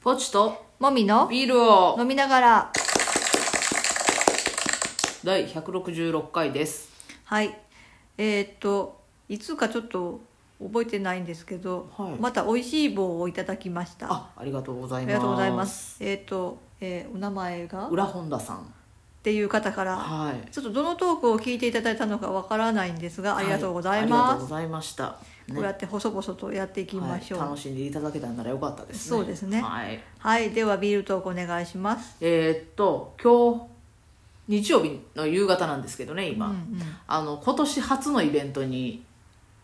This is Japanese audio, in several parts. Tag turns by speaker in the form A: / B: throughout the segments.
A: ポチと
B: もみの
A: ビールを
B: 飲みながら
A: 第166回です
B: はいえーっといつかちょっと覚えてないんですけど、
A: はい
B: また美味しい棒をいただきましたあ
A: あありがとうございます
B: りがとうございますえーっと、えーお名前がっ
A: 裏本田さん
B: ていう方から
A: はい
B: ちょっとどのトークを聞いていただいたのかわからないんですがありがとうござい
A: はありが
B: ま
A: とう
B: す、
A: ございました、ね
B: こうやって細々とやっていきましょう
A: はい、
B: はい、
A: 楽しんでいただけたんならよかったですね
B: そうですね
A: はい
B: ではビールトークお願いします
A: えーっと今日日曜日の夕方なんですけどね
B: う
A: 今、
B: んうん
A: あの今年初のイベントに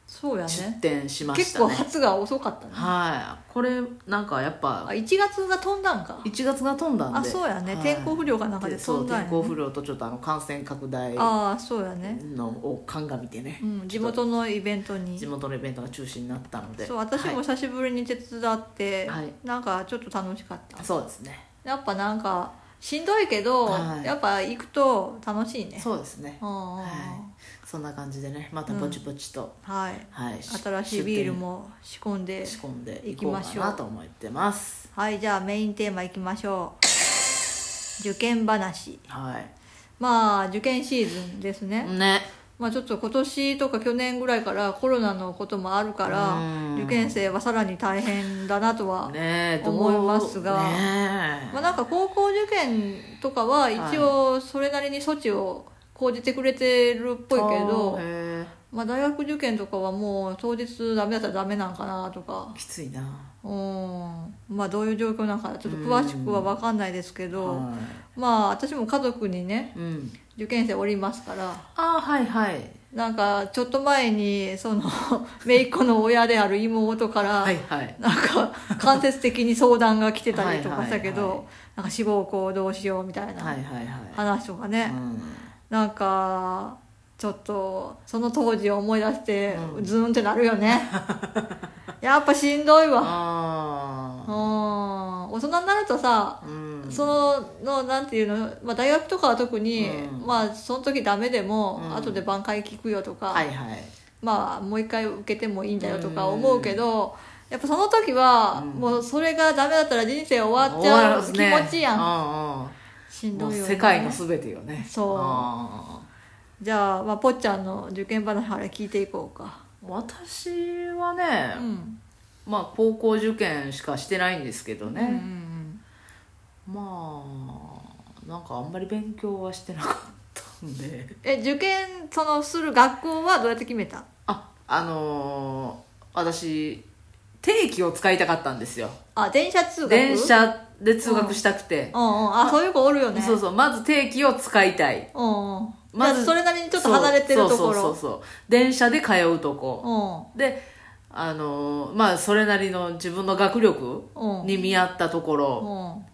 B: そうや
A: 出
B: ね
A: 展しまし
B: 結
A: た
B: 構
A: ね
B: 発が遅かったね
A: はいこれなんかやっ
B: あ
A: ぱ
B: 1月が飛んだんか
A: 1月が飛んだんで
B: あそうやね、天候
A: 不
B: 不良がなんか
A: で
B: で
A: そ
B: 飛
A: うん
B: だん
A: 天
B: や
A: 候
B: ね
A: 不良とちょっとあの感染拡大
B: ああそうやね、
A: のを鑑みてね、
B: うん、地元のイベントに
A: 地元のイベントが中止になったので
B: そう私も
A: はい
B: 久しぶりに手伝って、
A: はい
B: なんかちょっと楽しかった、
A: そうですね
B: やっぱなんかしんどいけど、
A: はい
B: やっぱ行くと楽しいね
A: そうですね
B: うんうんうん
A: はいそんな感じでねまたぼちぼちと、
B: はい
A: はい
B: 新しいビールも仕込んで
A: 仕込んでいこうか
B: 行きましょ
A: な
B: う
A: と思ってます
B: はいじゃあメインテーマいきましょう受験話
A: はい
B: まあ受験シーズンですね、
A: ね
B: まあちょっと今年とか去年ぐらいからコロナのこともあるから
A: うん
B: 受験生はさらに大変だなとは
A: ねどう
B: 思いますが
A: ね
B: まあ、なんか高校受験とかは一応それなりに措置を講じてくれてるっぽいけど、
A: あーへー
B: まあ、大学受験とかはもう当日ダメだったらダメなんかなとか
A: きついな
B: うんまあどういう状況なんかちょっと詳しくは分かんないですけど
A: は
B: まあ私も家族にね
A: いうん
B: 受験生おりますから
A: ああはいはい
B: なんかちょっと前にその 姪っ子の親である妹から
A: はいはい
B: なんか間接的に相談が来てたりとかしたけ
A: はいはいは
B: どなんか志望校どうしようみたいな。
A: はいはいは
B: 話とか
A: い、
B: ね、
A: うん
B: なんかちょっとその当時を思い出して
A: う
B: ズーンってなるよね やっぱしんどいわうん
A: あ
B: 大人になるとさ
A: あうん
B: そののなんていうの、まあ、大学とかは特に、
A: うん
B: まあその時ダメでも、
A: うん
B: 後で挽回聞くよとか、
A: はいはい
B: まあもう一回受けてもいいんだよとか思うけど、やっぱその時は、
A: うん
B: もうそれがダメだったら人生終わっちゃう気持ちやん、
A: ん、
B: し
A: うんんうん、もう
B: どいよね
A: 世界のすべてよね
B: そう
A: あ
B: じゃあ、まあ、ぽっちゃんの受験話から聞いていこうか。
A: ー私は
B: う
A: ね、
B: ん。
A: まあ高校受験しかしてないんですけど
B: うんうんう
A: ね、
B: ん
A: まあなんかあんまり勉強はしてなかったんで
B: え、受験、その、する学校はどうやって決めた
A: ああのー私定期を使いたかったんですよ
B: あ、電車通学
A: 電。車で通学したくて
B: う、んうん。あ、そういう子おるよね。
A: そうそうまず定期を使いたい
B: うんうん。
A: ま
B: ま
A: ず
B: ず、それなりにちょっと離れてるところ。
A: そうそうそうそう電車で通うとこ、であのーまあそれなりの自分の学力
B: うん。うん。
A: に見合ったとこ
B: う
A: ろ
B: ん。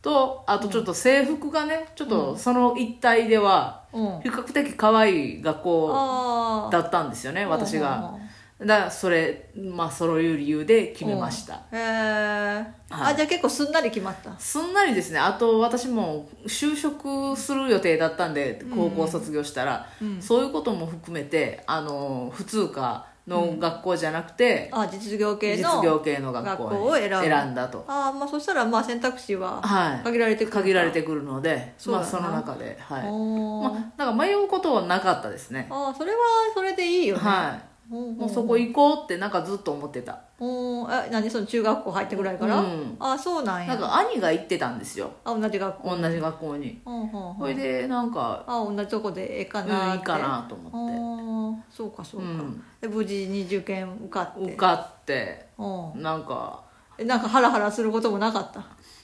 A: とあとちょっと制服がねちょっとその一帯では
B: うん。
A: 比較的可愛い学校
B: ああ。
A: だったんですよね私が
B: うんうんうん。
A: だからそれまあそういう理由で決めました
B: へえ。
A: はい
B: あ、じゃあ結構すんなり決まった。
A: すんなりですねあと私も就職する予定だったんで高校卒業したら、
B: うん。
A: そういうことも含めてあの普通科の学校じゃなくて、
B: あ、実業系の。
A: 実業系の学校
B: 学校を選ぶ
A: だと、
B: ああ、まあそしたら、まあ選択肢は
A: は
B: 限られて
A: い、
B: くるか
A: 限られてくるので
B: そう
A: ま
B: だ
A: あ、
B: な
A: その中で、はい
B: おー
A: まあ、なんか迷うことはなかったですね、
B: ああそれはそれでいいよね、
A: はい、も
B: も
A: うそこ行こうってなんかずっと思ってた
B: おーえ何その中学校入ってぐらいから、
A: うん
B: ああそうなんや
A: なんか兄が行ってたんですよ
B: あ同じ学校
A: 同じ学校に
B: ほ、うんうんうん
A: それでなんか、
B: あ同じとこでええか
A: うん、
B: ない
A: い
B: って、
A: かなと思って
B: ああそうかそうか、
A: うん
B: で無事に受験受かって
A: 受かって
B: うん
A: なんか、
B: えなんかハラハラすることもなかった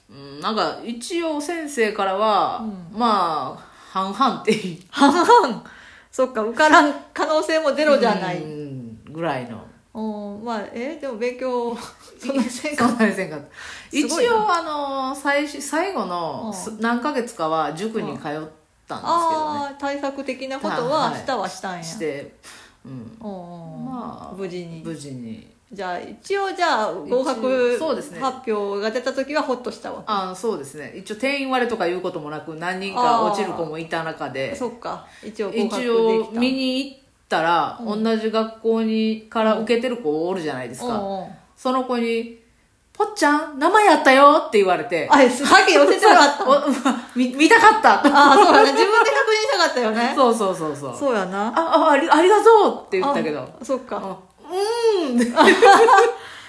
A: うん、なんか一応先生からは、まあ半々って言っ
B: 半々 そっか受からん可能性もゼロじゃない、
A: うんぐらいの
B: うん、まあえでも勉強そんなせん
A: そ
B: か
A: んなにせんかった一
B: すごい
A: 応あの最し最後の
B: うん
A: す何ヶ月かは塾に通ったんです
B: ああ対策的なこと
A: は
B: はいしたはしたんや、
A: けどねして、うん、
B: うんうん
A: まあ
B: 無事に
A: 無事に
B: じゃあ一応じゃあ合
A: 一応
B: 格
A: そうですね
B: 発表が出た時はホッとしたわけ
A: あそうですね一応定員割れとかいうこともなく何人か落ちる子もいた中で
B: そっか一応合格で
A: 一
B: き
A: 応
B: た
A: 見に行ったら、
B: う
A: 同じ学校にから受けてる子おるじゃないですか、
B: うんうん
A: その子に「ぽっちゃん、生やったよって言われて、
B: あ、先寄せてもらった。
A: お見 見たかった。
B: あそうだね。自分で確認したかったよね。
A: そうそうそうそう。
B: そうやな。
A: あああり、ありがとうって言ったけど。
B: あ。そっか。
A: あうーん。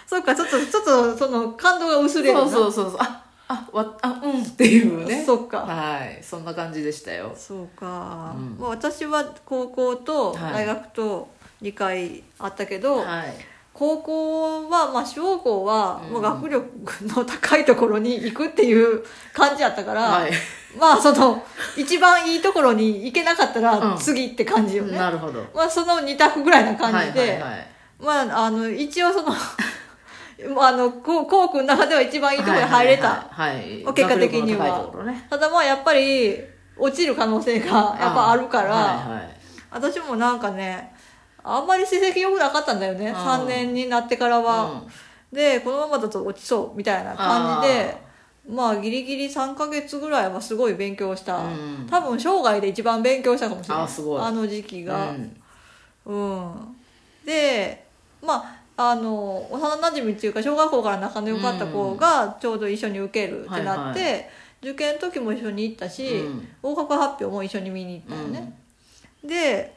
B: そっか、ちょっと、ちょっと、その、感動が薄れるな。
A: そうそうそうそう。あ、あ、わ、あ、うんっていうね。
B: そっか
A: はい。そんな感じでしたよ。
B: そうか、
A: うん
B: まあ、私は高校と
A: はい
B: 大学と2回あったけど、
A: はい。
B: 高校は、まあ、小校は
A: うん
B: もう学力の高いところに行くっていう感じやったから、
A: はい。
B: まあその一番いいところに行けなかった
A: う
B: ら
A: ん
B: 次って感じよね、
A: なるほど。
B: まあ、その2択ぐらいな感じで、
A: はいはいはい
B: まああの一応その まああのこう校区の中では一番いいところに入れた、
A: はいはいはい、はい
B: 結果的に
A: 学力の
B: は
A: 高いところね
B: ただまあやっぱり落ちる可能性がやっぱあるから、
A: はいはい
B: 私もなんかねあんまり成績良くなかったんだよね
A: うん
B: 3年になってからは、
A: うん
B: でこのままだと落ちそうみたいな感じでまあギリギリ3ヶ月ぐらいはすごい勉強した、
A: うん
B: 多分生涯で一番勉強したかもしれない
A: あすごい
B: の時期が
A: う、ん
B: うんでまああの幼馴染っていうか小学校から仲の良かった子がちょうど一緒に受けるってなって、
A: は
B: 受験の時も一緒に行ったし、
A: うん
B: 合格発表も一緒に見に行ったよね、で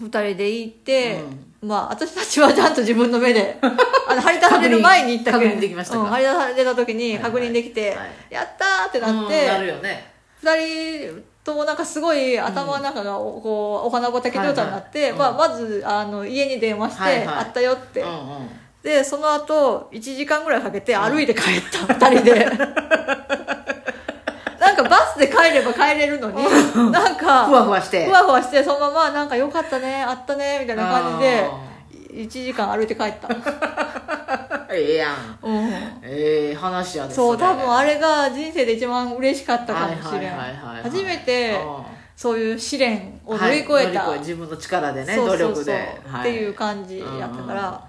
B: 2人で行って、まあ私たちはちゃんと自分の目 であの張り出される前に行った
A: 確認できましたか
B: うん、張り出された時に確認できて、
A: はいはい
B: やったーってなっ
A: うんな
B: て、
A: るよね
B: 二2人ともなんかすごい頭の中がおこうお花畑状態になって、
A: はいはい
B: まあ、まずあの家に電話して、
A: はいはい
B: あったよって、
A: うんうん
B: でその後1時間ぐらいかけて歩いて帰った、二人 でなんかバスで帰れば帰れるのになんか
A: ふわふわして
B: ふわふわしてそのままなんかよかったねあったねみたいな感じ
A: あ
B: で1時間歩いて帰った、
A: ーええやん
B: うん、
A: ええ話やですね
B: そう多分あれが人生で一番嬉しかったかもしれん
A: はいはいはいはい
B: 初めて
A: うん
B: そういう試練を乗
A: は
B: り
A: い
B: 越えた、
A: 乗り自分の力でね
B: そうそ
A: 努
B: うそう
A: 力で
B: っていうう感じやったから、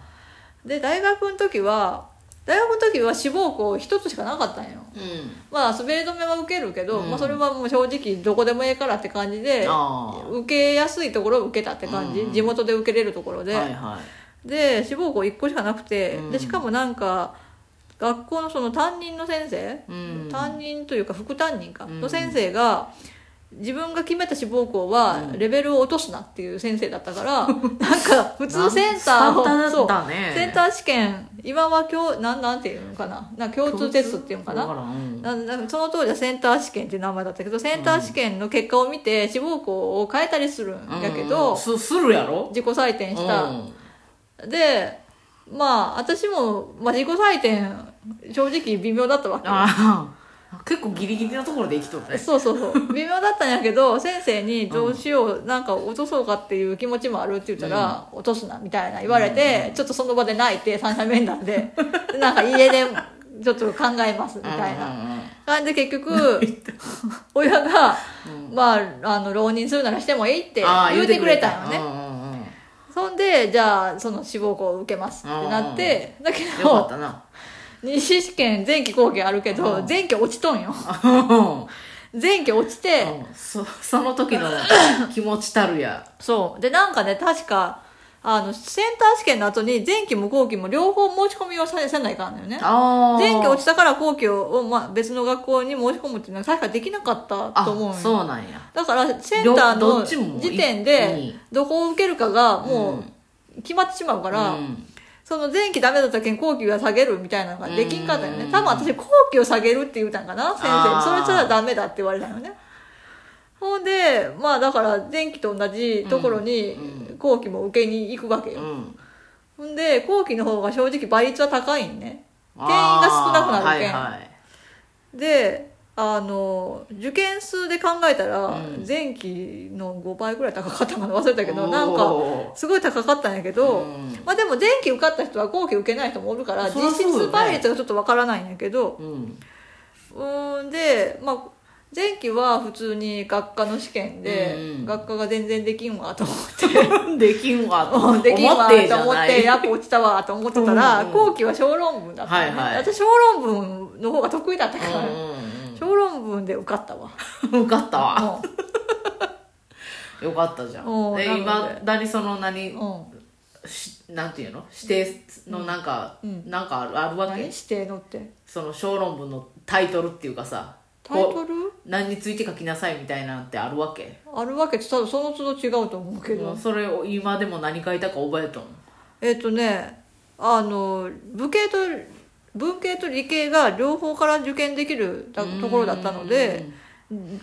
B: で大学の時は大学の時は志望校一つしかなかったんよ
A: うん
B: まあ滑り止めは受けるけど、
A: うん
B: まあ、それはもう正直どこでもええからって感じで
A: あ
B: 受けやすいところを受けたって感じ、
A: うん
B: 地元で受けれるところ
A: ー
B: で、
A: はいは
B: で志望校1個しかなくて、
A: うん
B: でしかもなんか学校のその担任の先生、
A: いうん
B: 担任というか副担任か、
A: うん
B: の先生が自分が決めた志望校はレベルを落とすなっていう先生だっ たから、なんか普通センターを
A: なんスタ
B: そ
A: ン
B: う
A: ダーだね
B: センター試験今は今日なんなんていうのかななんか共通テストっていうのかな
A: わらんうん
B: ななんかその当時はセンター試験っていう名前だったけどセンター試験の結果を見て志望校を変えたりするんだけ
A: うん
B: ど、
A: すするやろ
B: 自己採点した、
A: うん
B: でまあ私も、まあ、自己採点正直微妙だったわけ
A: ああ結構ギリギリなところで生きとるね
B: そうそうそう微妙だったんやけど先生にどうしようなんか落とそうかっていう気持ちもあるって言ったら、落とすなみたいな言われて、ちょっとその場で泣いて三者面談で なんか家でちょっと考えますみたいな
A: な
B: 感じで結局親が、まああの浪人するならしてもいいって言うてくれたよね
A: ね
B: そんでじゃあその志望校を受けますってなってだけ
A: よか
B: ど
A: ったな
B: 二次試験前期後期あるけど、
A: うん
B: 前期落ちとんよ前期落ちて、
A: うんそその時の気持ちたるや
B: そうでなんかね確かあのセンター試験の後に前期も後期も両方申し込みをさせないからだよね
A: ああ
B: 前期落ちたから後期を、まあ、別の学校に申し込むっていうのは確かできなかったと思うんよ
A: あそうなんや
B: だからセンター
A: どど
B: の
A: っちも
B: 時点で
A: いい
B: どこを受けるかがもう決まってしまうから、
A: うん
B: その前期ダメだったけん後期は下げるみたいなのができんかったよね
A: うん
B: 多分私後期を下げるって言うたんかな先生
A: あー
B: それじゃダメだって言われたよねほんでまあだから前期と同じところに
A: う
B: 後期も受けに行くわけ
A: う
B: よ、
A: ん
B: ほんで後期の方が正直倍率は高いんね定員が少なくなるけん
A: あーはいはい
B: であの受験数で考えたら
A: うん
B: 前期の5倍ぐらい高かったかな忘れたけどなんか
A: お
B: すごい高かったんやけ
A: ー
B: ど、
A: うん
B: まあでも前期受かった人は後期受けない人もおるから
A: そりゃ
B: 実
A: そうよね
B: 質倍率がちょっとわからないんだけど
A: うん
B: うーんでまあ前期は普通に学科の試験で、
A: うん
B: 学科が全然できんわと思っ
A: できんわと 思って
B: できんわ
A: じ
B: と
A: ゃ
B: 思っ
A: な
B: て
A: い
B: やっぱ落ちたわと思ってたら、
A: うんうん
B: 後期は小論文だった、ね
A: はいはい
B: 私小論文の方が得意だったから、
A: う
B: 小論文で受かったわ
A: んうんうん受かったわ
B: も
A: よかったじゃん
B: うん
A: で
B: なの
A: い
B: で
A: まだにその
B: う
A: 何
B: ん
A: しなんていうの指定のなんか、
B: うん
A: なんかあるあるわ
B: 何
A: け
B: 指定のって
A: その小論文のタイトルっていうかさ
B: タイ
A: こ
B: トル
A: う何について書きなさいみたいなのってあるわけ、
B: あるわけただその都度違うと思うけど、
A: もうそれを今でも何書いたか覚えとん
B: えっ、とねあの武系と文系と理系が両方から受験できるだところだったので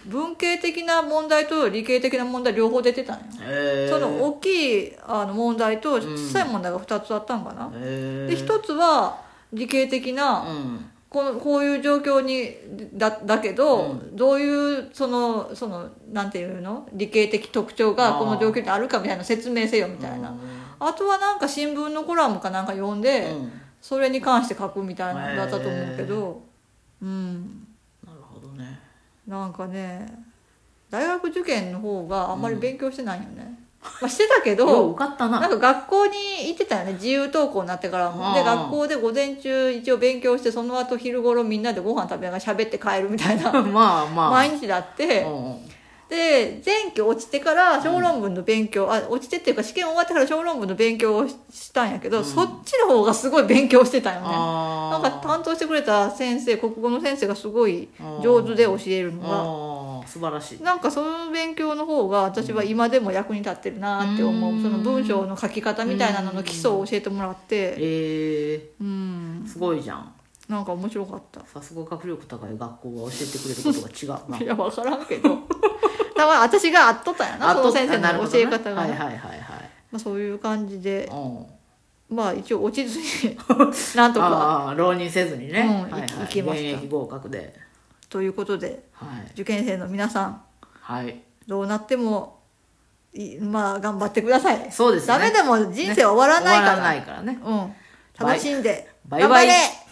B: 文系的な問題と理系的な問題両方出てたんよ
A: えー、
B: その大きいあの問題と小さい問題が2つあったんかな、
A: えー、
B: で1つは理系的な、
A: うん
B: このこういう状況にだだけど、どういうそのそのなんていうの理系的特徴がこの状況にあるかみたいな説明せよみたいな、あとはなんか新聞のコラムかなんか読んで、
A: うん
B: それに関して書くみたいなのだったと思うけど、うん
A: なるほどね
B: なんかね大学受験の方があんまり勉強してないよね、 まあ、してたけど
A: よう受かったな
B: なんか学校に行ってたよね自由登校になってからもで
A: うんうん
B: 学校で午前中一応勉強してその後昼頃みんなでご飯食べながら喋って帰るみたいな
A: まあまあ
B: 毎日だって
A: うんうん
B: で前期落ちてから小論文の勉強、あ落ちてっていうか試験終わってから小論文の勉強をししたんやけど、そっちの方がすごい勉強してたよねな
A: あ
B: んか
A: ー
B: 担当してくれた先生国語の先生がすごい上手で教えるのが
A: あー素晴らしい
B: なんかその勉強の方が私は今でも役に立ってるなって思う、
A: うん
B: その文章の書き方みたいなのの基礎を教えてもらって
A: ええ
B: うん
A: すごいじゃん
B: なんか面白かった
A: さすが学力高い学校は教えてくれること が違うない
B: や分からんけ どたま私があっとったんやなその先生の教え方が、
A: はい
B: ね
A: はいはいはい
B: まあ、そういう感じで
A: うん
B: まあ一応落ちず になんとか
A: ああ浪人せずにね、
B: うん
A: はいはい
B: いけました
A: 現役合格で
B: ということで
A: はい
B: 受験生の皆さん
A: はい
B: どうなってもいまあ頑張ってください
A: そうですね
B: ダメでも人生終わらない
A: 終
B: か
A: わら
B: ら,、
A: ないからね
B: うん楽しんで
A: バイバイ
B: 頑張れ